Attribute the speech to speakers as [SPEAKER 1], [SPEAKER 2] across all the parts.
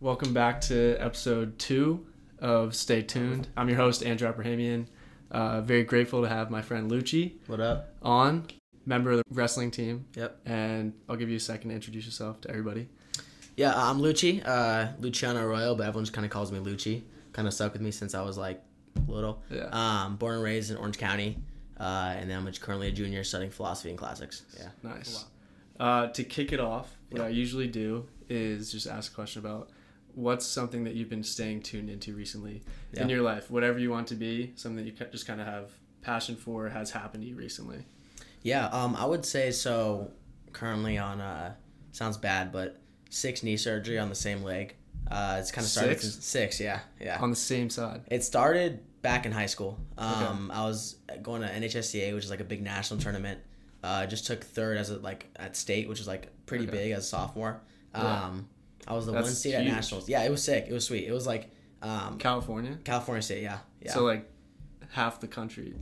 [SPEAKER 1] Welcome back to episode two of Stay Tuned. I'm your host, Andrew Abrahamian. Uh, very grateful to have my friend Lucci
[SPEAKER 2] What up?
[SPEAKER 1] on, member of the wrestling team.
[SPEAKER 2] Yep.
[SPEAKER 1] And I'll give you a second to introduce yourself to everybody.
[SPEAKER 2] Yeah, I'm Lucci, uh, Luciano Royal, but everyone just kind of calls me Lucci. Kind of stuck with me since I was like little.
[SPEAKER 1] Yeah.
[SPEAKER 2] Um, born and raised in Orange County, uh, and then I'm currently a junior studying philosophy and classics. Yeah.
[SPEAKER 1] Nice. Uh, to kick it off, what I usually do is just ask a question about what's something that you've been staying tuned into recently in
[SPEAKER 2] Yeah.
[SPEAKER 1] your life, whatever you want to be, something that you ca- just kind of have passion for has happened to you recently.
[SPEAKER 2] Yeah. Um, I would say so. Currently on uh, sounds bad, but six knee surgery on the same leg. Uh, it's kind of started
[SPEAKER 1] Six?
[SPEAKER 2] since- six. Yeah. Yeah.
[SPEAKER 1] On the same side.
[SPEAKER 2] It started back in high school. Um, I was going to NHSCA, which is like a big national tournament. Uh, I just took third as a, like at state, which is like pretty
[SPEAKER 1] Okay.
[SPEAKER 2] big as a sophomore.
[SPEAKER 1] Yeah.
[SPEAKER 2] Um, I was the
[SPEAKER 1] That's
[SPEAKER 2] one seed at
[SPEAKER 1] huge.
[SPEAKER 2] nationals. Yeah, it was sick. It was sweet. It was like um,
[SPEAKER 1] California.
[SPEAKER 2] California State. Yeah, yeah.
[SPEAKER 1] So like half the country.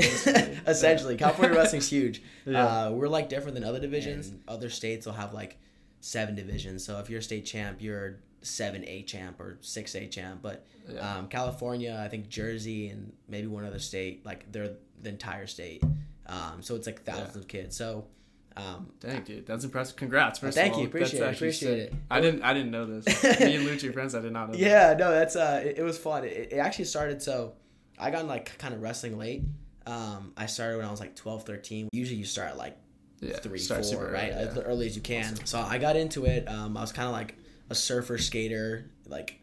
[SPEAKER 2] Essentially, California wrestling's huge.
[SPEAKER 1] Yeah.
[SPEAKER 2] Uh, we're like different than other divisions. other states will have like seven divisions. So if you're a state champ, you're seven A champ or six A champ. But
[SPEAKER 1] Yeah.
[SPEAKER 2] um, California, I think Jersey and maybe one other state, like they're the entire state. Um, so it's like thousands of kids. So um,
[SPEAKER 1] Dang, dude, that's impressive. Congrats, first
[SPEAKER 2] Thank
[SPEAKER 1] of all.
[SPEAKER 2] you. Appreciate
[SPEAKER 1] That's
[SPEAKER 2] it.
[SPEAKER 1] actually
[SPEAKER 2] Appreciate
[SPEAKER 1] sick.
[SPEAKER 2] it.
[SPEAKER 1] I didn't. I didn't know this. Me and Lucci are friends. I did not know. This.
[SPEAKER 2] yeah, no, that's uh, it, it was fun. It, it actually started so I got in like kind of wrestling late. Um, I started when I was like 12, 13. Usually you start at like
[SPEAKER 1] Yeah.
[SPEAKER 2] three,
[SPEAKER 1] start
[SPEAKER 2] four,
[SPEAKER 1] super early,
[SPEAKER 2] right?
[SPEAKER 1] yeah.
[SPEAKER 2] As early as you can. So I got into it. Um, I was kind of like a surfer skater, like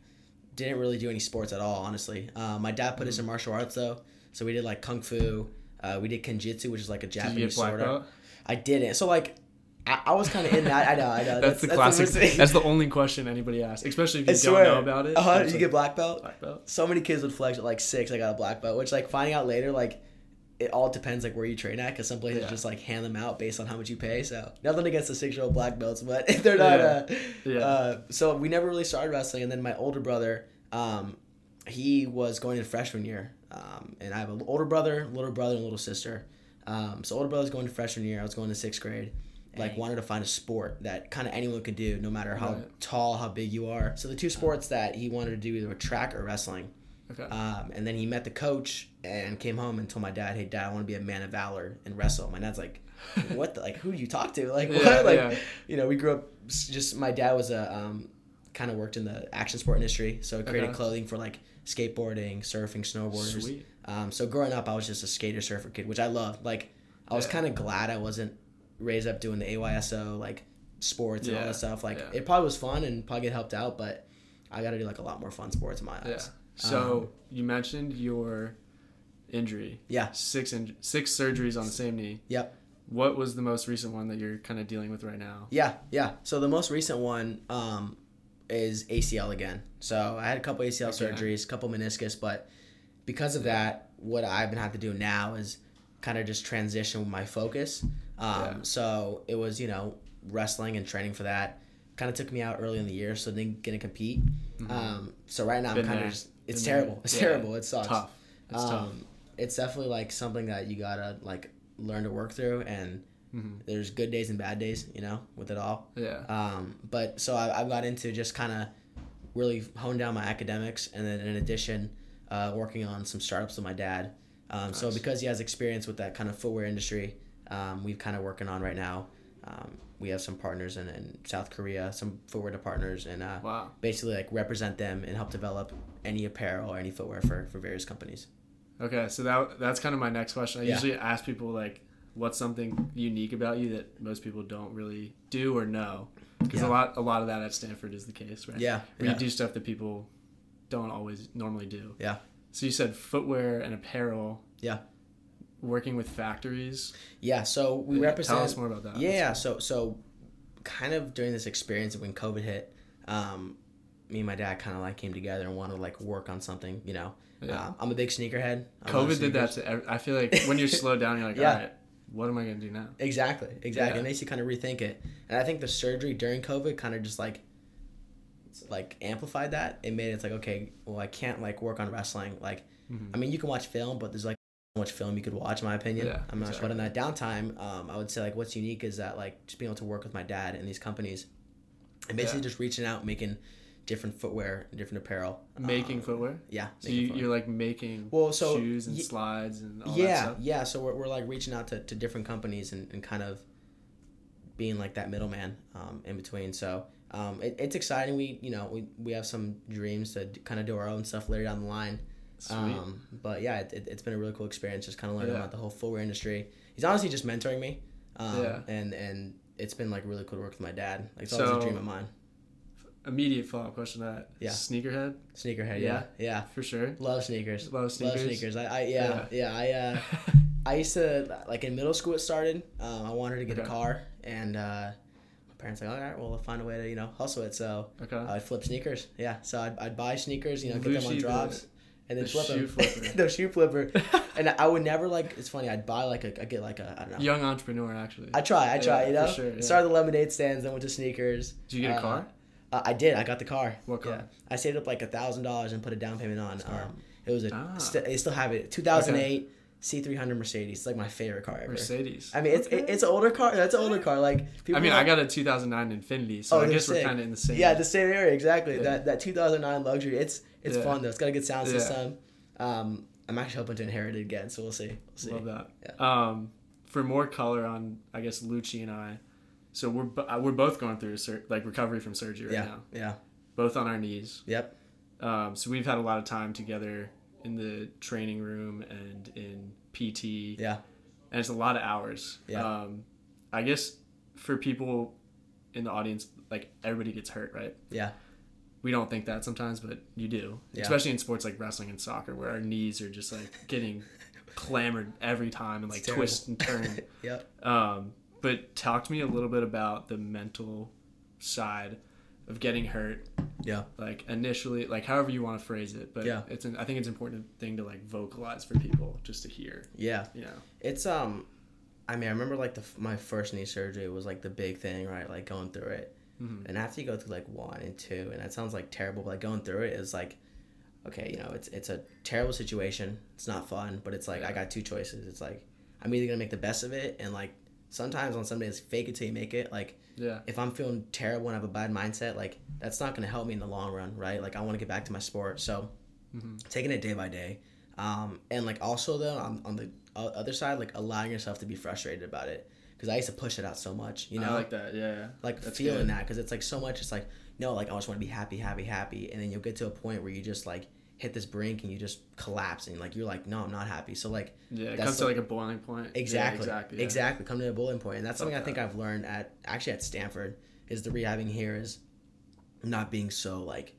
[SPEAKER 2] didn't really do any sports at all, honestly. Uh, my dad put
[SPEAKER 1] Hmm.
[SPEAKER 2] us in martial arts though, so we did like kung fu. Uh, we did kenjutsu, which is like a
[SPEAKER 1] Did you get
[SPEAKER 2] Japanese
[SPEAKER 1] black
[SPEAKER 2] sword. art.
[SPEAKER 1] belt?
[SPEAKER 2] I didn't. So like, I, I was kind of in that. I know, I know.
[SPEAKER 1] That's, the classic.
[SPEAKER 2] worst thing.
[SPEAKER 1] that's the only question anybody asks, especially if you
[SPEAKER 2] I
[SPEAKER 1] don't
[SPEAKER 2] swear.
[SPEAKER 1] know about it.
[SPEAKER 2] Uh-huh,
[SPEAKER 1] It's
[SPEAKER 2] you
[SPEAKER 1] like,
[SPEAKER 2] get black belt.
[SPEAKER 1] black belt.
[SPEAKER 2] So many kids would flex at like six. I got a black belt, which like finding out later, like it all depends like where you train at, because some places
[SPEAKER 1] Yeah.
[SPEAKER 2] just like hand them out based on how much you pay. So nothing against the six year old black belts, but they're not.
[SPEAKER 1] Yeah.
[SPEAKER 2] Uh,
[SPEAKER 1] Yeah.
[SPEAKER 2] Uh, so we never really started wrestling, and then my older brother, um, he was going in freshman year, um, and I have an older brother, little brother, and little sister. Um, so older brother's going to freshman year. I was going to sixth grade. Like wanted to find a sport that kind of anyone could do, no matter how
[SPEAKER 1] Right. Uh-huh.
[SPEAKER 2] tall, how big you are. So the two sports that he wanted to do either were track or wrestling.
[SPEAKER 1] Okay.
[SPEAKER 2] Um, and then he met the coach and came home and told my dad, "Hey, dad, I want to be a man of valor and wrestle." My dad's like, "What? The, like, who do you talk to? Like,
[SPEAKER 1] Yeah,
[SPEAKER 2] what? Like,
[SPEAKER 1] yeah.
[SPEAKER 2] you know, we grew up. s- Just my dad was a um, kind of worked in the action sport industry, so he created
[SPEAKER 1] Okay.
[SPEAKER 2] clothing for like skateboarding, surfing, snowboarders.
[SPEAKER 1] Sweet.
[SPEAKER 2] Um, so growing up, I was just a skater surfer kid, which I loved. Like, I was
[SPEAKER 1] Yeah.
[SPEAKER 2] kind of glad I wasn't raised up doing the AYSO like sports and all
[SPEAKER 1] Yeah,
[SPEAKER 2] that stuff. Like,
[SPEAKER 1] yeah.
[SPEAKER 2] it probably was fun and probably it helped out, but I got to do like a lot more fun sports in my eyes.
[SPEAKER 1] Yeah. So
[SPEAKER 2] Um,
[SPEAKER 1] you mentioned your injury.
[SPEAKER 2] Yeah.
[SPEAKER 1] Six in, six surgeries on the same knee.
[SPEAKER 2] Yep.
[SPEAKER 1] What was the most recent one that you're kind of dealing with right now?
[SPEAKER 2] Yeah, yeah. So the most recent one um, is ACL again. So I had a couple ACL
[SPEAKER 1] Again.
[SPEAKER 2] surgeries, a couple meniscus, but because of that, what I've been having to do now is kind of just transition with my focus. Um,
[SPEAKER 1] Yeah.
[SPEAKER 2] So it was, you know, wrestling and training for that. Kind of took me out early in the year, so didn't get to compete. Um, so right now
[SPEAKER 1] Mm-hmm. Been
[SPEAKER 2] I'm kind
[SPEAKER 1] there.
[SPEAKER 2] of just, it's
[SPEAKER 1] Been there.
[SPEAKER 2] terrible. It's
[SPEAKER 1] Yeah.
[SPEAKER 2] terrible. It sucks
[SPEAKER 1] Tough. It's
[SPEAKER 2] um,
[SPEAKER 1] tough.
[SPEAKER 2] It's definitely like something that you gotta like learn to work through, and
[SPEAKER 1] Mhm.
[SPEAKER 2] there's good days and bad days, you know, with it all.
[SPEAKER 1] Yeah.
[SPEAKER 2] Um, but so I, I got into just kind of really hone down my academics, and then in addition, uh, working on some startups with my dad. Um, So
[SPEAKER 1] Nice.
[SPEAKER 2] because he has experience with that kind of footwear industry, um, we've kind of working on right now. Um, we have some partners in, in South Korea, some footwear partners, and uh,
[SPEAKER 1] Wow.
[SPEAKER 2] basically like represent them and help develop any apparel or any footwear for, for various companies.
[SPEAKER 1] Okay, so that that's kind of my next question. I
[SPEAKER 2] Yeah.
[SPEAKER 1] usually ask people like, what's something unique about you that most people don't really do or know? Because
[SPEAKER 2] Yeah.
[SPEAKER 1] a lot a lot of that at Stanford is the case, right?
[SPEAKER 2] Yeah,
[SPEAKER 1] where
[SPEAKER 2] yeah.
[SPEAKER 1] you do stuff that people don't always normally do.
[SPEAKER 2] Yeah.
[SPEAKER 1] So you said footwear and apparel.
[SPEAKER 2] Yeah.
[SPEAKER 1] Working with factories.
[SPEAKER 2] Yeah, so we
[SPEAKER 1] Yeah,
[SPEAKER 2] represent
[SPEAKER 1] Tell us more about that.
[SPEAKER 2] Yeah, yeah, so so kind of during this experience when COVID hit, um, me and my dad kind of like came together and wanted to like work on something, you know.
[SPEAKER 1] Yeah.
[SPEAKER 2] Uh, I'm a big sneakerhead. I love
[SPEAKER 1] COVID did that
[SPEAKER 2] sneakers.
[SPEAKER 1] to. Every, I feel like when you're slowed down, you're like,
[SPEAKER 2] Yeah.
[SPEAKER 1] all right, what am I gonna do now?
[SPEAKER 2] Exactly, exactly.
[SPEAKER 1] Yeah.
[SPEAKER 2] It makes you kind of rethink it. And I think the surgery during COVID kind of just like like amplified that. It made it like okay, well I can't like work on wrestling. Like
[SPEAKER 1] Mhm.
[SPEAKER 2] I mean, you can watch film, but there's like so much film you could watch, in my opinion.
[SPEAKER 1] Yeah,
[SPEAKER 2] I'm not sure. But in that downtime, um, I would say like what's unique is that like just being able to work with my dad in these companies, and basically just reaching out, making different footwear and different apparel.
[SPEAKER 1] Making
[SPEAKER 2] Um,
[SPEAKER 1] footwear.
[SPEAKER 2] Yeah.
[SPEAKER 1] So
[SPEAKER 2] making
[SPEAKER 1] you,
[SPEAKER 2] footwear.
[SPEAKER 1] you're like making
[SPEAKER 2] Well, so,
[SPEAKER 1] shoes and
[SPEAKER 2] ye-
[SPEAKER 1] slides and all that
[SPEAKER 2] yeah
[SPEAKER 1] stuff.
[SPEAKER 2] yeah so we're, we're like reaching out to, to different companies and, and kind of being like that middleman um, in between so um, it, it's exciting we you know we, we have some dreams to kind of do our own stuff later down the line
[SPEAKER 1] Sweet.
[SPEAKER 2] um, but yeah it, it, it's been a really cool experience just kind of learning
[SPEAKER 1] Yeah.
[SPEAKER 2] about the whole footwear industry he's honestly just mentoring me um,
[SPEAKER 1] Yeah.
[SPEAKER 2] and and it's been like really cool to work with my dad like it's always a
[SPEAKER 1] So-
[SPEAKER 2] dream of mine
[SPEAKER 1] Immediate follow up question to that.
[SPEAKER 2] Yeah.
[SPEAKER 1] Sneakerhead
[SPEAKER 2] sneakerhead yeah
[SPEAKER 1] Yeah.
[SPEAKER 2] yeah
[SPEAKER 1] for sure.
[SPEAKER 2] love sneakers
[SPEAKER 1] Love
[SPEAKER 2] love
[SPEAKER 1] sneakers.
[SPEAKER 2] sneakers i, I yeah yeah i uh I used to like in middle school. It started. Um, I wanted to get a
[SPEAKER 1] Okay.
[SPEAKER 2] car, and uh, my parents were like, all right, well, I'll find a way to you know hustle it. So
[SPEAKER 1] okay.
[SPEAKER 2] I'd flip sneakers. Yeah, so I'd, I'd buy sneakers, you know, get them
[SPEAKER 1] Lucy
[SPEAKER 2] on
[SPEAKER 1] the-
[SPEAKER 2] drops, and then
[SPEAKER 1] the
[SPEAKER 2] flip
[SPEAKER 1] shoe
[SPEAKER 2] them.
[SPEAKER 1] flipper.
[SPEAKER 2] the shoe flipper. And I would never like. It's funny. I'd buy like a. I get like a. I don't know.
[SPEAKER 1] Young entrepreneur, actually.
[SPEAKER 2] I try. I try.
[SPEAKER 1] Yeah,
[SPEAKER 2] you know.
[SPEAKER 1] for sure, yeah.
[SPEAKER 2] Started the lemonade stands. Then went to sneakers.
[SPEAKER 1] Did you get a
[SPEAKER 2] Uh,
[SPEAKER 1] car?
[SPEAKER 2] Uh, I did. I got the car.
[SPEAKER 1] What car?
[SPEAKER 2] Yeah. I saved up like a thousand dollars and put a down payment on.
[SPEAKER 1] car?
[SPEAKER 2] Um, it was a.
[SPEAKER 1] Ah.
[SPEAKER 2] St- they still have it. Two thousand eight C three hundred Mercedes. It's like my favorite car ever.
[SPEAKER 1] Mercedes.
[SPEAKER 2] I mean, it's it,
[SPEAKER 1] Okay.
[SPEAKER 2] it's an older car. That's an older car. Like people
[SPEAKER 1] I mean,
[SPEAKER 2] like-
[SPEAKER 1] I got a 2009 Infinity, so
[SPEAKER 2] Oh,
[SPEAKER 1] I
[SPEAKER 2] they're
[SPEAKER 1] guess we're
[SPEAKER 2] sick.
[SPEAKER 1] kind of in the same.
[SPEAKER 2] yeah, the same area exactly.
[SPEAKER 1] Yeah.
[SPEAKER 2] That that 2009 luxury. It's it's
[SPEAKER 1] Yeah.
[SPEAKER 2] fun though. It's got a good sound
[SPEAKER 1] Yeah.
[SPEAKER 2] system. Um, I'm actually hoping to inherit it again, so we'll see. We'll see.
[SPEAKER 1] love that. Um, for more color on, I guess Lucci and I, so we're bo- we're both going through sur- like recovery from surgery right
[SPEAKER 2] yeah,
[SPEAKER 1] now,
[SPEAKER 2] yeah,
[SPEAKER 1] both on our knees.
[SPEAKER 2] yep,
[SPEAKER 1] Um, so we've had a lot of time together in the training room and in PT,
[SPEAKER 2] yeah,
[SPEAKER 1] and it's a lot of hours.
[SPEAKER 2] Yeah.
[SPEAKER 1] Um, I guess for people in the audience, like everybody gets hurt, right?
[SPEAKER 2] yeah,
[SPEAKER 1] we don't think that sometimes, but you do,
[SPEAKER 2] Yeah.
[SPEAKER 1] especially in sports like wrestling and soccer, where our knees are just like getting clamored every time and like
[SPEAKER 2] It's terrible.
[SPEAKER 1] twist and turn.
[SPEAKER 2] yep.
[SPEAKER 1] um, but talk to me a little bit about the mental side of getting hurt,
[SPEAKER 2] Yeah.
[SPEAKER 1] like initially, like however you want to phrase it. But
[SPEAKER 2] Yeah.
[SPEAKER 1] it's an, I think it's an important thing to like vocalize for people just to hear,
[SPEAKER 2] Yeah,
[SPEAKER 1] you know.
[SPEAKER 2] it's um, I mean, I remember like the f- my first knee surgery was like the big thing, right? Like going through it,
[SPEAKER 1] Mhm.
[SPEAKER 2] and after you go through like one and two, and that sounds like terrible, but like going through it is like, okay, you know, it's it's a terrible situation. It's not fun, but it's like I
[SPEAKER 1] Yeah.
[SPEAKER 2] got two choices. It's like I'm either gonna make the best of it, and like sometimes on some days fake it till you make it. Like
[SPEAKER 1] Yeah.
[SPEAKER 2] if I'm feeling terrible and I have a bad mindset, like that's not gonna help me in the long run, right? Like I want to get back to my sport, so
[SPEAKER 1] Mhm.
[SPEAKER 2] taking it day by day um, and like also though on, on the o- other side like allowing yourself to be frustrated about it because i used to push it out so much you know
[SPEAKER 1] I
[SPEAKER 2] like,
[SPEAKER 1] like that. Yeah. that's
[SPEAKER 2] feeling
[SPEAKER 1] good.
[SPEAKER 2] that because it's like so much it's like no like i just want to be happy happy happy and then you'll get to a point where you just like hit this brink and you just collapse and like you're like no i'm not happy so like
[SPEAKER 1] Yeah. It
[SPEAKER 2] That's
[SPEAKER 1] comes to
[SPEAKER 2] the-
[SPEAKER 1] like a boiling point. Yeah,
[SPEAKER 2] exactly
[SPEAKER 1] exactly.
[SPEAKER 2] exactly,
[SPEAKER 1] yeah.
[SPEAKER 2] come to a boiling point and that's something i
[SPEAKER 1] Love
[SPEAKER 2] think i've learned at actually at stanford is the rehabbing here is not being so like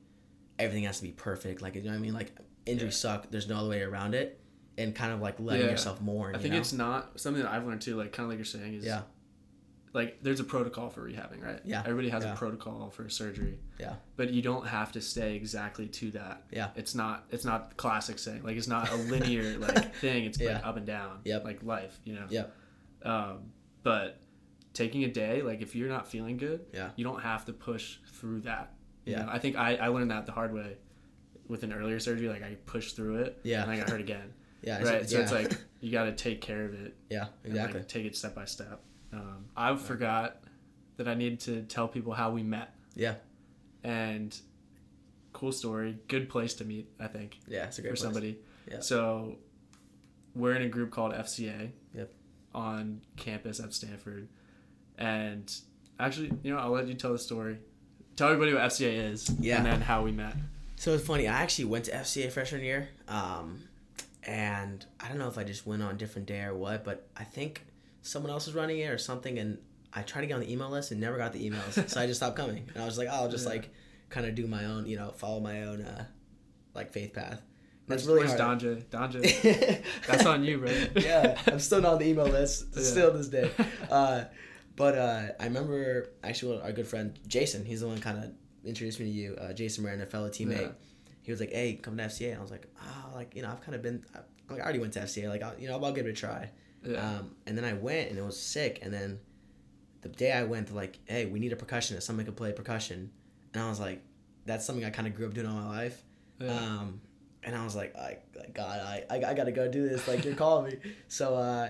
[SPEAKER 2] everything has to be perfect like you know what i mean like injuries suck there's no other way around it and kind of like letting
[SPEAKER 1] Yeah.
[SPEAKER 2] yourself mourn
[SPEAKER 1] I
[SPEAKER 2] you
[SPEAKER 1] think
[SPEAKER 2] know?
[SPEAKER 1] it's not something that I've learned too. Like kind of like you're saying is
[SPEAKER 2] yeah
[SPEAKER 1] like there's a protocol for rehabbing, right?
[SPEAKER 2] Yeah.
[SPEAKER 1] Everybody has
[SPEAKER 2] Yeah.
[SPEAKER 1] a protocol for surgery.
[SPEAKER 2] Yeah.
[SPEAKER 1] But you don't have to stay exactly to that.
[SPEAKER 2] Yeah.
[SPEAKER 1] It's not it's not classic saying. Like it's not a linear like thing. It's like
[SPEAKER 2] Yeah.
[SPEAKER 1] up and down.
[SPEAKER 2] Yep.
[SPEAKER 1] Like life, you know.
[SPEAKER 2] Yep.
[SPEAKER 1] Um, but taking a day, like if you're not feeling good,
[SPEAKER 2] Yeah.
[SPEAKER 1] you don't have to push through that. You
[SPEAKER 2] Yeah.
[SPEAKER 1] know, I think I, I learned that the hard way with an earlier surgery, like I pushed through it.
[SPEAKER 2] Yeah.
[SPEAKER 1] And I got hurt again.
[SPEAKER 2] yeah it's-
[SPEAKER 1] right. So it's
[SPEAKER 2] yeah.
[SPEAKER 1] like you gotta take care of it
[SPEAKER 2] yeah
[SPEAKER 1] and, like,
[SPEAKER 2] exactly
[SPEAKER 1] take it step by step. Um, I forgot that I needed to tell people how we met.
[SPEAKER 2] Yeah.
[SPEAKER 1] And cool story, good place to meet, I think,
[SPEAKER 2] yeah it's a great
[SPEAKER 1] for
[SPEAKER 2] place.
[SPEAKER 1] somebody.
[SPEAKER 2] Yeah.
[SPEAKER 1] So we're in a group called FCA
[SPEAKER 2] Yep.
[SPEAKER 1] on campus at Stanford. And actually, you know, I'll let you tell the story. Tell everybody what FCA is
[SPEAKER 2] Yeah.
[SPEAKER 1] and then how we met.
[SPEAKER 2] So it's funny. I actually went to FCA freshman year, um, and I don't know if I just went on a different day or what, but I think someone else was running it or something, and I tried to get on the email list and never got the emails, so I just stopped coming. And I was like, oh, I'll just
[SPEAKER 1] Yeah.
[SPEAKER 2] like kind of do my own, you know, follow my own uh, like faith path. That's
[SPEAKER 1] Where's-
[SPEAKER 2] really
[SPEAKER 1] where's
[SPEAKER 2] hard.
[SPEAKER 1] Donja? Donja, that's on you, right?
[SPEAKER 2] yeah, I'm still not on the email list.
[SPEAKER 1] Yeah.
[SPEAKER 2] Still this day. Uh, but uh, I remember actually our good friend Jason. He's the one kind of introduced me to you. Uh, Jason Moran, a fellow teammate.
[SPEAKER 1] Yeah.
[SPEAKER 2] He was like, "Hey, come to FCA." And I was like, "Ah, like you know, I've kind of been. I, I'm like, I already went to FCA. Like, I'll, you know, I'll give it a try."
[SPEAKER 1] yeah.
[SPEAKER 2] Um, and then I went, and it was sick. And then the day I went, they're like, "Hey, we need a percussionist. Someone could play percussion." And I was like, "That's something I kind of grew up doing all my life."
[SPEAKER 1] yeah.
[SPEAKER 2] Um, and I was like, I, like, God, I, I, I gotta go do this. Like, you're calling me. So, uh,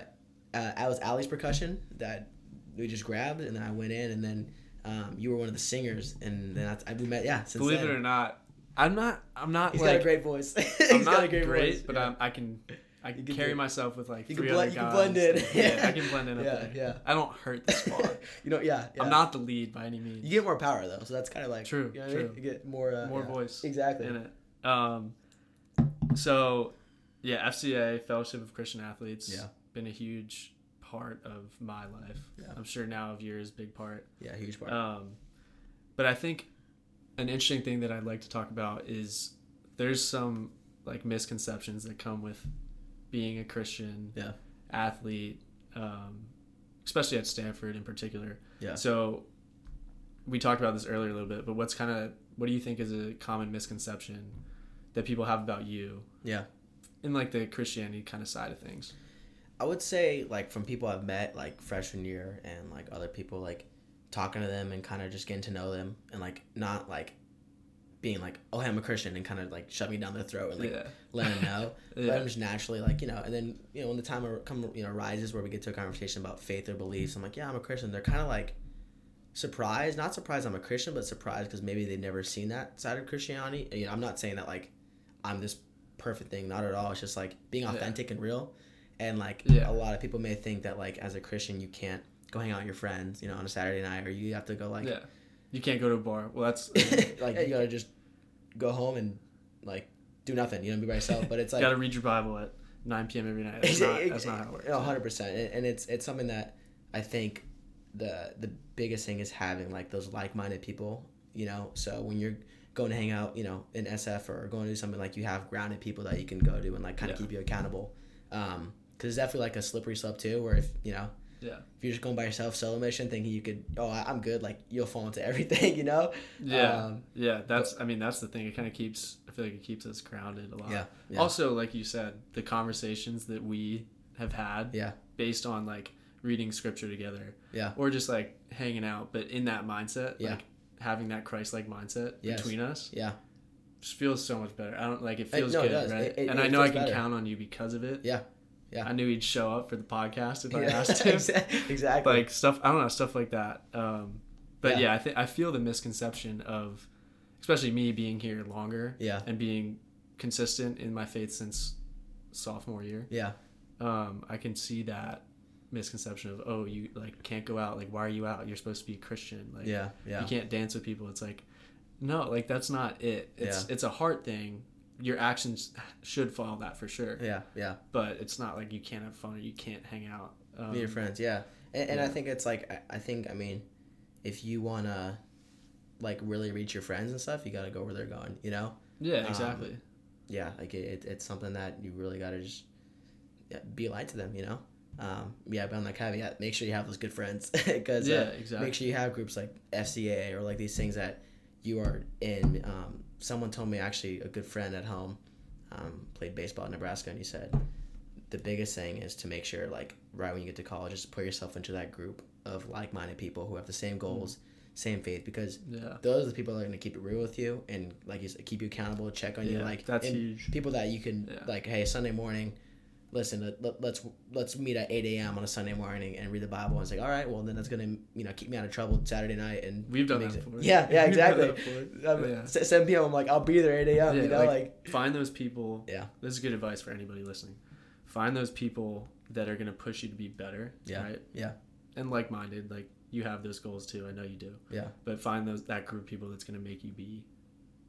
[SPEAKER 2] uh, I was Ali's percussion that we just grabbed, and then I went in, and then Um, you were one of the singers, and then I, I- we met. Yeah, since
[SPEAKER 1] Believe
[SPEAKER 2] then.
[SPEAKER 1] it or not, I'm not. I'm not
[SPEAKER 2] He's
[SPEAKER 1] like.
[SPEAKER 2] got a great voice. He's
[SPEAKER 1] I'm
[SPEAKER 2] got a
[SPEAKER 1] not
[SPEAKER 2] great,
[SPEAKER 1] great,
[SPEAKER 2] voice.
[SPEAKER 1] but
[SPEAKER 2] yeah.
[SPEAKER 1] I'm, I can. I can
[SPEAKER 2] can
[SPEAKER 1] carry
[SPEAKER 2] do it.
[SPEAKER 1] myself with like
[SPEAKER 2] You can
[SPEAKER 1] three
[SPEAKER 2] blend-
[SPEAKER 1] other
[SPEAKER 2] you
[SPEAKER 1] guys.
[SPEAKER 2] can blend in.
[SPEAKER 1] yeah, I can blend in. Up
[SPEAKER 2] Yeah,
[SPEAKER 1] there.
[SPEAKER 2] yeah.
[SPEAKER 1] I don't hurt the squad.
[SPEAKER 2] you know, yeah, yeah.
[SPEAKER 1] I'm not the lead by any means.
[SPEAKER 2] You get more power though, so that's kind of like
[SPEAKER 1] True,
[SPEAKER 2] You know what I mean?
[SPEAKER 1] true.
[SPEAKER 2] You get more uh,
[SPEAKER 1] More
[SPEAKER 2] yeah.
[SPEAKER 1] voice
[SPEAKER 2] Exactly.
[SPEAKER 1] in it. Um, so, yeah, FCA Fellowship of Christian Athletes.
[SPEAKER 2] Yeah.
[SPEAKER 1] been a huge part of my life.
[SPEAKER 2] Yeah.
[SPEAKER 1] I'm sure now of yours, big part.
[SPEAKER 2] Yeah, huge part.
[SPEAKER 1] Um, but I think an interesting thing that I'd like to talk about is there's some like misconceptions that come with being a Christian
[SPEAKER 2] Yeah.
[SPEAKER 1] athlete, um, especially at Stanford in particular.
[SPEAKER 2] Yeah.
[SPEAKER 1] So we talked about this earlier a little bit, but what's kind of what do you think is a common misconception that people have about you
[SPEAKER 2] yeah.
[SPEAKER 1] in like the Christianity kind of side of things?
[SPEAKER 2] I would say like from people I've met like freshman year and like other people like talking to them and kind of just getting to know them and like not like being like oh hey, I'm a Christian and kind of like shoving it down their throat and like
[SPEAKER 1] yeah.
[SPEAKER 2] let them know
[SPEAKER 1] Yeah.
[SPEAKER 2] let them just naturally like you know and then you know when the time ar- come you know rises where we get to a conversation about faith or beliefs I'm like yeah I'm a Christian they're kind of like surprised not surprised I'm a Christian but surprised because maybe they've never seen that side of Christianity you know I'm not saying that like I'm this perfect thing not at all it's just like being
[SPEAKER 1] Yeah.
[SPEAKER 2] authentic and real and like
[SPEAKER 1] Yeah.
[SPEAKER 2] a lot of people may think that like as a Christian you can't go hang out with your friends you know on a Saturday night or you have to go like
[SPEAKER 1] yeah. You can't go to a bar. Well, that's
[SPEAKER 2] like you gotta just go home and like do nothing you know be by yourself but it's like
[SPEAKER 1] you got to read your Bible at 9 p.m. every night. That's not, that's not how it works.
[SPEAKER 2] One oh, hundred percent, and it's it's something that I think the the biggest thing is having like those like minded people. You know, so when you're going to hang out, you know, in SF or going to do something like you have grounded people that you can go to and like kind of
[SPEAKER 1] Yeah.
[SPEAKER 2] keep you accountable. Um, because it's definitely like a slippery slope too, where if you know
[SPEAKER 1] Yeah.
[SPEAKER 2] if you're just going by yourself solo mission thinking you could oh I, I'm good like you'll fall into everything you know
[SPEAKER 1] Yeah.
[SPEAKER 2] um,
[SPEAKER 1] yeah. That's, I mean, that's the thing. It kind of keeps, I feel like it keeps us grounded a lot.
[SPEAKER 2] yeah yeah
[SPEAKER 1] Also, like you said, the conversations that we have had
[SPEAKER 2] yeah
[SPEAKER 1] based on like reading scripture together
[SPEAKER 2] Yeah.
[SPEAKER 1] or just like hanging out, but in that mindset,
[SPEAKER 2] Yeah.
[SPEAKER 1] like having that Christ like mindset
[SPEAKER 2] Yes.
[SPEAKER 1] between us
[SPEAKER 2] yeah
[SPEAKER 1] just feels so much better. I don't like it
[SPEAKER 2] It-
[SPEAKER 1] feels
[SPEAKER 2] no, it
[SPEAKER 1] good,
[SPEAKER 2] does.
[SPEAKER 1] right?
[SPEAKER 2] It- it-
[SPEAKER 1] and
[SPEAKER 2] it
[SPEAKER 1] I know I
[SPEAKER 2] feels
[SPEAKER 1] can
[SPEAKER 2] better.
[SPEAKER 1] count on you because of it.
[SPEAKER 2] Yeah. Yeah.
[SPEAKER 1] I knew he'd show up for the podcast if I
[SPEAKER 2] Yeah.
[SPEAKER 1] asked him.
[SPEAKER 2] exactly
[SPEAKER 1] like stuff i don't know stuff like that um but
[SPEAKER 2] Yeah.
[SPEAKER 1] yeah, i think i feel the misconception of especially me being here longer
[SPEAKER 2] yeah
[SPEAKER 1] and being consistent in my faith since sophomore year
[SPEAKER 2] yeah
[SPEAKER 1] um i can see that misconception of oh you like can't go out like why are you out you're supposed to be a christian like
[SPEAKER 2] yeah yeah
[SPEAKER 1] you can't dance with people it's like no like that's not it it's it's a heart thing your actions should follow that for sure
[SPEAKER 2] Yeah, yeah.
[SPEAKER 1] but it's not like you can't have fun or you can't hang out um,
[SPEAKER 2] Meet your friends. Yeah, and, and I
[SPEAKER 1] yeah.
[SPEAKER 2] think it's like I, I think I mean, if you wanna, like, really reach your friends and stuff, you gotta go where they're going. You know?
[SPEAKER 1] yeah
[SPEAKER 2] Um,
[SPEAKER 1] exactly
[SPEAKER 2] Yeah. Like it, it, it's something that you really gotta just yeah, be a light to them. You know? Um, yeah. But on that caveat, make sure you have those good friends because
[SPEAKER 1] yeah
[SPEAKER 2] uh,
[SPEAKER 1] exactly
[SPEAKER 2] make sure you have groups like FCA or like these things that you are in. Um, someone told me actually a good friend at home um, played baseball at Nebraska, and he said the biggest thing is to make sure like right when you get to college, just put yourself into that group of like-minded people who have the same goals, same faith, because
[SPEAKER 1] Yeah.
[SPEAKER 2] those are the people that are going to keep it real with you and like you said, keep you accountable, check on you,
[SPEAKER 1] Yeah,
[SPEAKER 2] like
[SPEAKER 1] that's
[SPEAKER 2] and
[SPEAKER 1] huge.
[SPEAKER 2] people that you can
[SPEAKER 1] Yeah.
[SPEAKER 2] like, hey, Sunday morning. Listen, let- let, let's let's meet at eight a.m. on a Sunday morning and read the Bible. And it's like, all right, well then that's gonna you know keep me out of trouble Saturday night and
[SPEAKER 1] We've done
[SPEAKER 2] makes
[SPEAKER 1] that
[SPEAKER 2] it-
[SPEAKER 1] before.
[SPEAKER 2] Yeah, yeah,
[SPEAKER 1] We've done
[SPEAKER 2] exactly.
[SPEAKER 1] that before.
[SPEAKER 2] Um,
[SPEAKER 1] Yeah.
[SPEAKER 2] se- Seven p.m. I'm like, I'll be there eight a.m.
[SPEAKER 1] Yeah,
[SPEAKER 2] you know,
[SPEAKER 1] like-
[SPEAKER 2] like,
[SPEAKER 1] Find those people.
[SPEAKER 2] Yeah.
[SPEAKER 1] This is good advice for anybody listening. Find those people that are going to push you to be better.
[SPEAKER 2] Yeah,
[SPEAKER 1] Right.
[SPEAKER 2] yeah.
[SPEAKER 1] And like minded. Like you have those goals too. I know you do.
[SPEAKER 2] Yeah.
[SPEAKER 1] But find those that group of people that's going to make you be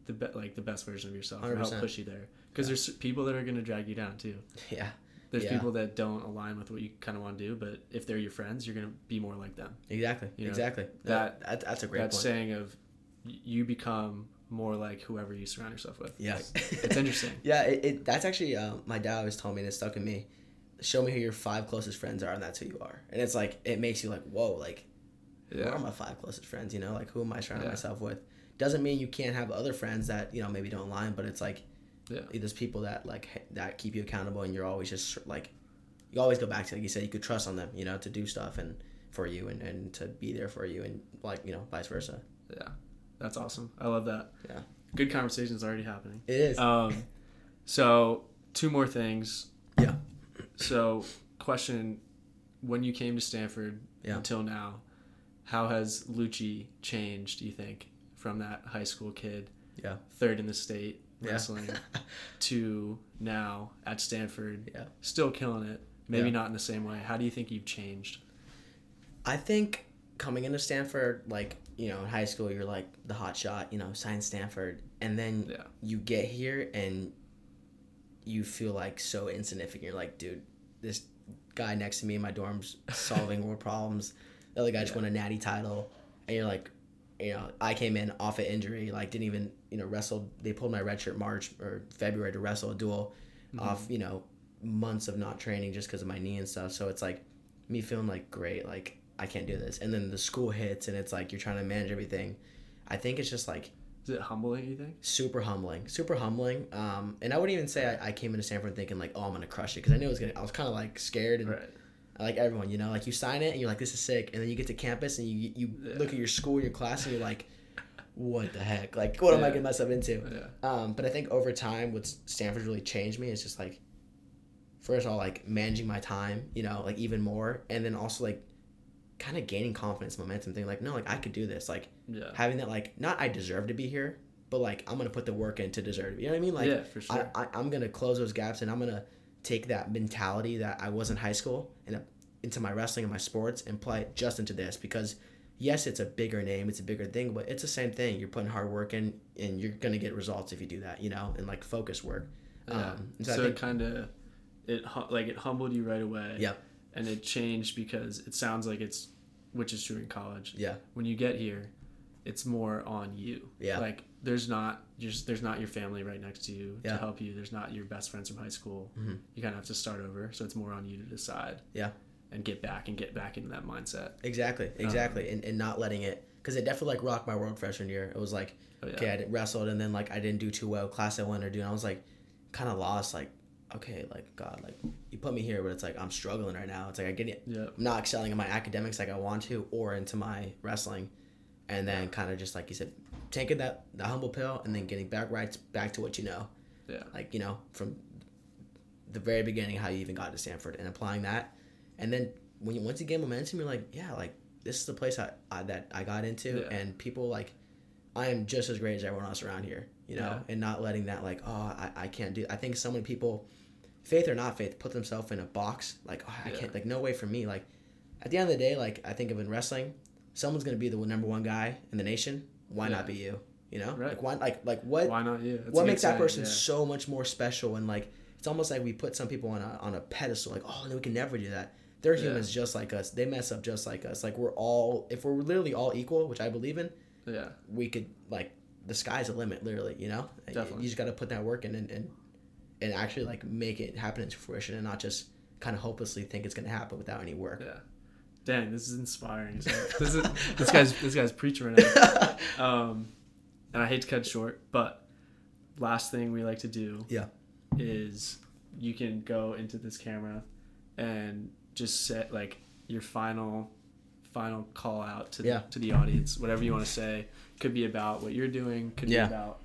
[SPEAKER 1] the be- like the best version of yourself or help
[SPEAKER 2] 100%.
[SPEAKER 1] push you there. Because there's people that are going to drag you down too.
[SPEAKER 2] yeah,
[SPEAKER 1] There's
[SPEAKER 2] Yeah.
[SPEAKER 1] people that don't align with what you kind of want to do, but if they're your friends, you're going to be more like them.
[SPEAKER 2] exactly,
[SPEAKER 1] You know,
[SPEAKER 2] exactly.
[SPEAKER 1] that-
[SPEAKER 2] that that's a great
[SPEAKER 1] that
[SPEAKER 2] point.
[SPEAKER 1] saying of y- you become more like whoever you surround yourself with.
[SPEAKER 2] Yeah,
[SPEAKER 1] Like, it's interesting.
[SPEAKER 2] yeah, it, it that's actually uh, my dad always told me, and it stuck in me. Show me who your five closest friends are, and that's who you are. And it's like it makes you like, whoa, like who are my five closest friends? You know, like who am I surrounding
[SPEAKER 1] Yeah.
[SPEAKER 2] myself with? Doesn't mean you can't have other friends that you know maybe don't align, but it's like
[SPEAKER 1] Yeah.
[SPEAKER 2] there's people that like h- that keep you accountable, and you're always just like you always go back to like you said, you could trust on them, you know, to do stuff and for you and and to be there for you and like you know vice versa.
[SPEAKER 1] Yeah, that's awesome. I love that.
[SPEAKER 2] Yeah.
[SPEAKER 1] Good conversations already happening.
[SPEAKER 2] It is
[SPEAKER 1] Um, so two more things.
[SPEAKER 2] Yeah.
[SPEAKER 1] So question: When you came to Stanford
[SPEAKER 2] Yeah.
[SPEAKER 1] until now, how has Lucci changed? Do you think from that high school kid,
[SPEAKER 2] Yeah.
[SPEAKER 1] third in the state
[SPEAKER 2] Yeah.
[SPEAKER 1] wrestling, to now at Stanford,
[SPEAKER 2] Yeah.
[SPEAKER 1] still killing it? Maybe
[SPEAKER 2] Yeah.
[SPEAKER 1] not in the same way. How do you think you've changed?
[SPEAKER 2] I think coming into Stanford, like, you know, in high school, you're like the hot shot, you know, sign Stanford. And then
[SPEAKER 1] Yeah.
[SPEAKER 2] you get here and you feel like so insignificant. You're like, dude, this guy next to me in my dorm's solving world problems. The other guy just
[SPEAKER 1] Yeah.
[SPEAKER 2] won a natty title. And you're like, you know, I came in off an injury, like, didn't even, you know, wrestle. They pulled my red shirt March or February to wrestle a duel off, you know, months of not training just because of my knee and stuff. So it's like me feeling like great, like I can't do this. And then the school hits and it's like you're trying to manage everything. I think it's just like
[SPEAKER 1] Is it humbling? You think?
[SPEAKER 2] super humbling, super humbling. Um, and I wouldn't even say I, I came into Stanford thinking like, oh, I'm gonna crush it because I knew it was gonna. I was kind of like scared and
[SPEAKER 1] Right.
[SPEAKER 2] like everyone, you know, like you sign it and you're like, this is sick, and then you get to campus and you you
[SPEAKER 1] Yeah.
[SPEAKER 2] look at your school, your class, and you're like, what the heck? Like, what am I
[SPEAKER 1] Yeah.
[SPEAKER 2] getting myself into?
[SPEAKER 1] Yeah.
[SPEAKER 2] Um, but I think over time, what Stanford's really changed me is just like, first of all, like managing my time, you know, like even more, and then also like, kind of gaining confidence, momentum, thing like, no, like I could do this, like
[SPEAKER 1] Yeah.
[SPEAKER 2] having that like, not I deserve to be here, but like I'm gonna put the work in to deserve to be. You know what I mean? Like,
[SPEAKER 1] yeah, for sure.
[SPEAKER 2] I, I I'm gonna close those gaps, and I'm gonna take that mentality that I was in high school and uh, into my wrestling and my sports and apply it just into this because. Yes, it's a bigger name, it's a bigger thing, but it's the same thing. You're putting hard work in, and you're gonna get results if you do that, you know, and like focus work.
[SPEAKER 1] Yeah.
[SPEAKER 2] Um,
[SPEAKER 1] so
[SPEAKER 2] so, I think,
[SPEAKER 1] it kind of it hu- like it humbled you right away.
[SPEAKER 2] Yep.
[SPEAKER 1] And it changed because it sounds like it's which is true in college.
[SPEAKER 2] yeah,
[SPEAKER 1] When you get here, it's more on you.
[SPEAKER 2] Yeah.
[SPEAKER 1] Like there's not just there's not your family right next to you
[SPEAKER 2] Yeah.
[SPEAKER 1] to help you. There's not your best friends from high school.
[SPEAKER 2] Mhm.
[SPEAKER 1] You kind of have to start over. So it's more on you to decide.
[SPEAKER 2] Yeah.
[SPEAKER 1] And get back and get back into that mindset. um,
[SPEAKER 2] exactly, exactly, and, and not letting it because it definitely like rocked my world freshman year. It was like
[SPEAKER 1] Oh, yeah.
[SPEAKER 2] okay, I did, wrestled, and then like I didn't do too well. Class I wanted to do, and I was like, kind of lost. Like, okay, like God, like you put me here, but it's like I'm struggling right now. It's like I get it,
[SPEAKER 1] Yeah.
[SPEAKER 2] I'm not excelling in my academics like I want to, or into my wrestling, and then kind of just like you said, taking that the humble pill, and then getting back right back to what you know,
[SPEAKER 1] Yeah.
[SPEAKER 2] like you know from the very beginning how you even got to Stanford, and applying that, and then when you once you get momentum, you're like, yeah, like this is the place I, I that I got into,
[SPEAKER 1] Yeah.
[SPEAKER 2] and people like. I am just as great as everyone else around here, you know,
[SPEAKER 1] Yeah.
[SPEAKER 2] and not letting that like, oh, I, I can't do. I think so many people, faith or not faith, put themselves in a box like, oh, I
[SPEAKER 1] Yeah.
[SPEAKER 2] can't, like, no way for me. Like, at the end of the day, like, I think of in wrestling, someone's gonna be the number one guy in the nation. Why
[SPEAKER 1] Yeah.
[SPEAKER 2] not be you? You know,
[SPEAKER 1] Right.
[SPEAKER 2] like, why, like, like what,
[SPEAKER 1] Why not you? That's a
[SPEAKER 2] what
[SPEAKER 1] good
[SPEAKER 2] makes that
[SPEAKER 1] saying,
[SPEAKER 2] person
[SPEAKER 1] yeah.
[SPEAKER 2] so much more special? And like, it's almost like we put some people on a on a pedestal, like, oh, no, we can never do that. They're
[SPEAKER 1] Yeah.
[SPEAKER 2] humans just like us. They mess up just like us. Like we're all, if we're literally all equal, which I believe in,
[SPEAKER 1] Yeah.
[SPEAKER 2] we could like the sky's the limit literally you know
[SPEAKER 1] Definitely.
[SPEAKER 2] you just got to put that work in and, and and actually like make it happen into fruition and not just kind of hopelessly think it's going to happen without any work
[SPEAKER 1] Yeah. Dang, this is inspiring. So this is this guy's this guy's preaching right now. Um, and I hate to cut it short, but last thing we like to do
[SPEAKER 2] Yeah.
[SPEAKER 1] is you can go into this camera and just set like your final final call out to the,
[SPEAKER 2] Yeah.
[SPEAKER 1] to the audience, whatever you want to say. Could be about what you're doing. Could
[SPEAKER 2] Yeah.
[SPEAKER 1] be about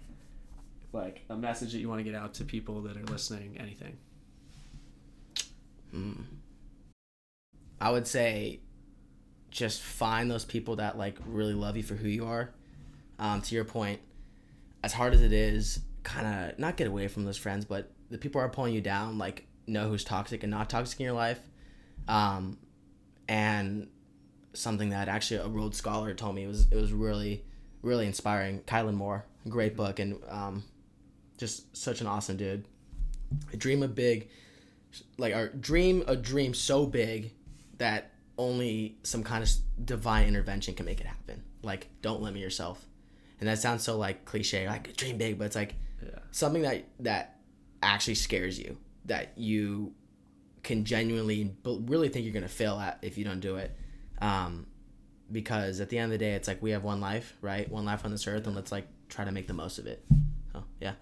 [SPEAKER 1] like a message that you want to get out to people that are listening. Anything.
[SPEAKER 2] Mm. i would say just find those people that like really love you for who you are um, to your point as hard as it is kind of not get away from those friends but the people who are pulling you down like know who's toxic and not toxic in your life um, and something that actually a Rhodes scholar told me it was it was really really inspiring. Kylan Moore, great book, and um, just such an awesome dude. Dream a big, like or dream a dream so big that only some kind of s- divine intervention can make it happen. Like don't limit yourself, and that sounds so like cliche, like dream big, but it's like
[SPEAKER 1] Yeah.
[SPEAKER 2] something that that actually scares you that you can genuinely b- really think you're gonna fail at if you don't do it um, because at the end of the day it's like we have one life right one life on this earth and let's like try to make the most of it so yeah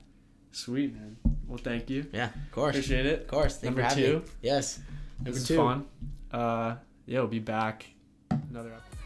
[SPEAKER 1] Sweet man. Well, thank you.
[SPEAKER 2] yeah of course
[SPEAKER 1] Appreciate it.
[SPEAKER 2] of course thank
[SPEAKER 1] Number
[SPEAKER 2] you for having me.
[SPEAKER 1] two.
[SPEAKER 2] yes
[SPEAKER 1] This
[SPEAKER 2] Number
[SPEAKER 1] is
[SPEAKER 2] two.
[SPEAKER 1] fun. Uh, yeah, we'll be back. Another episode.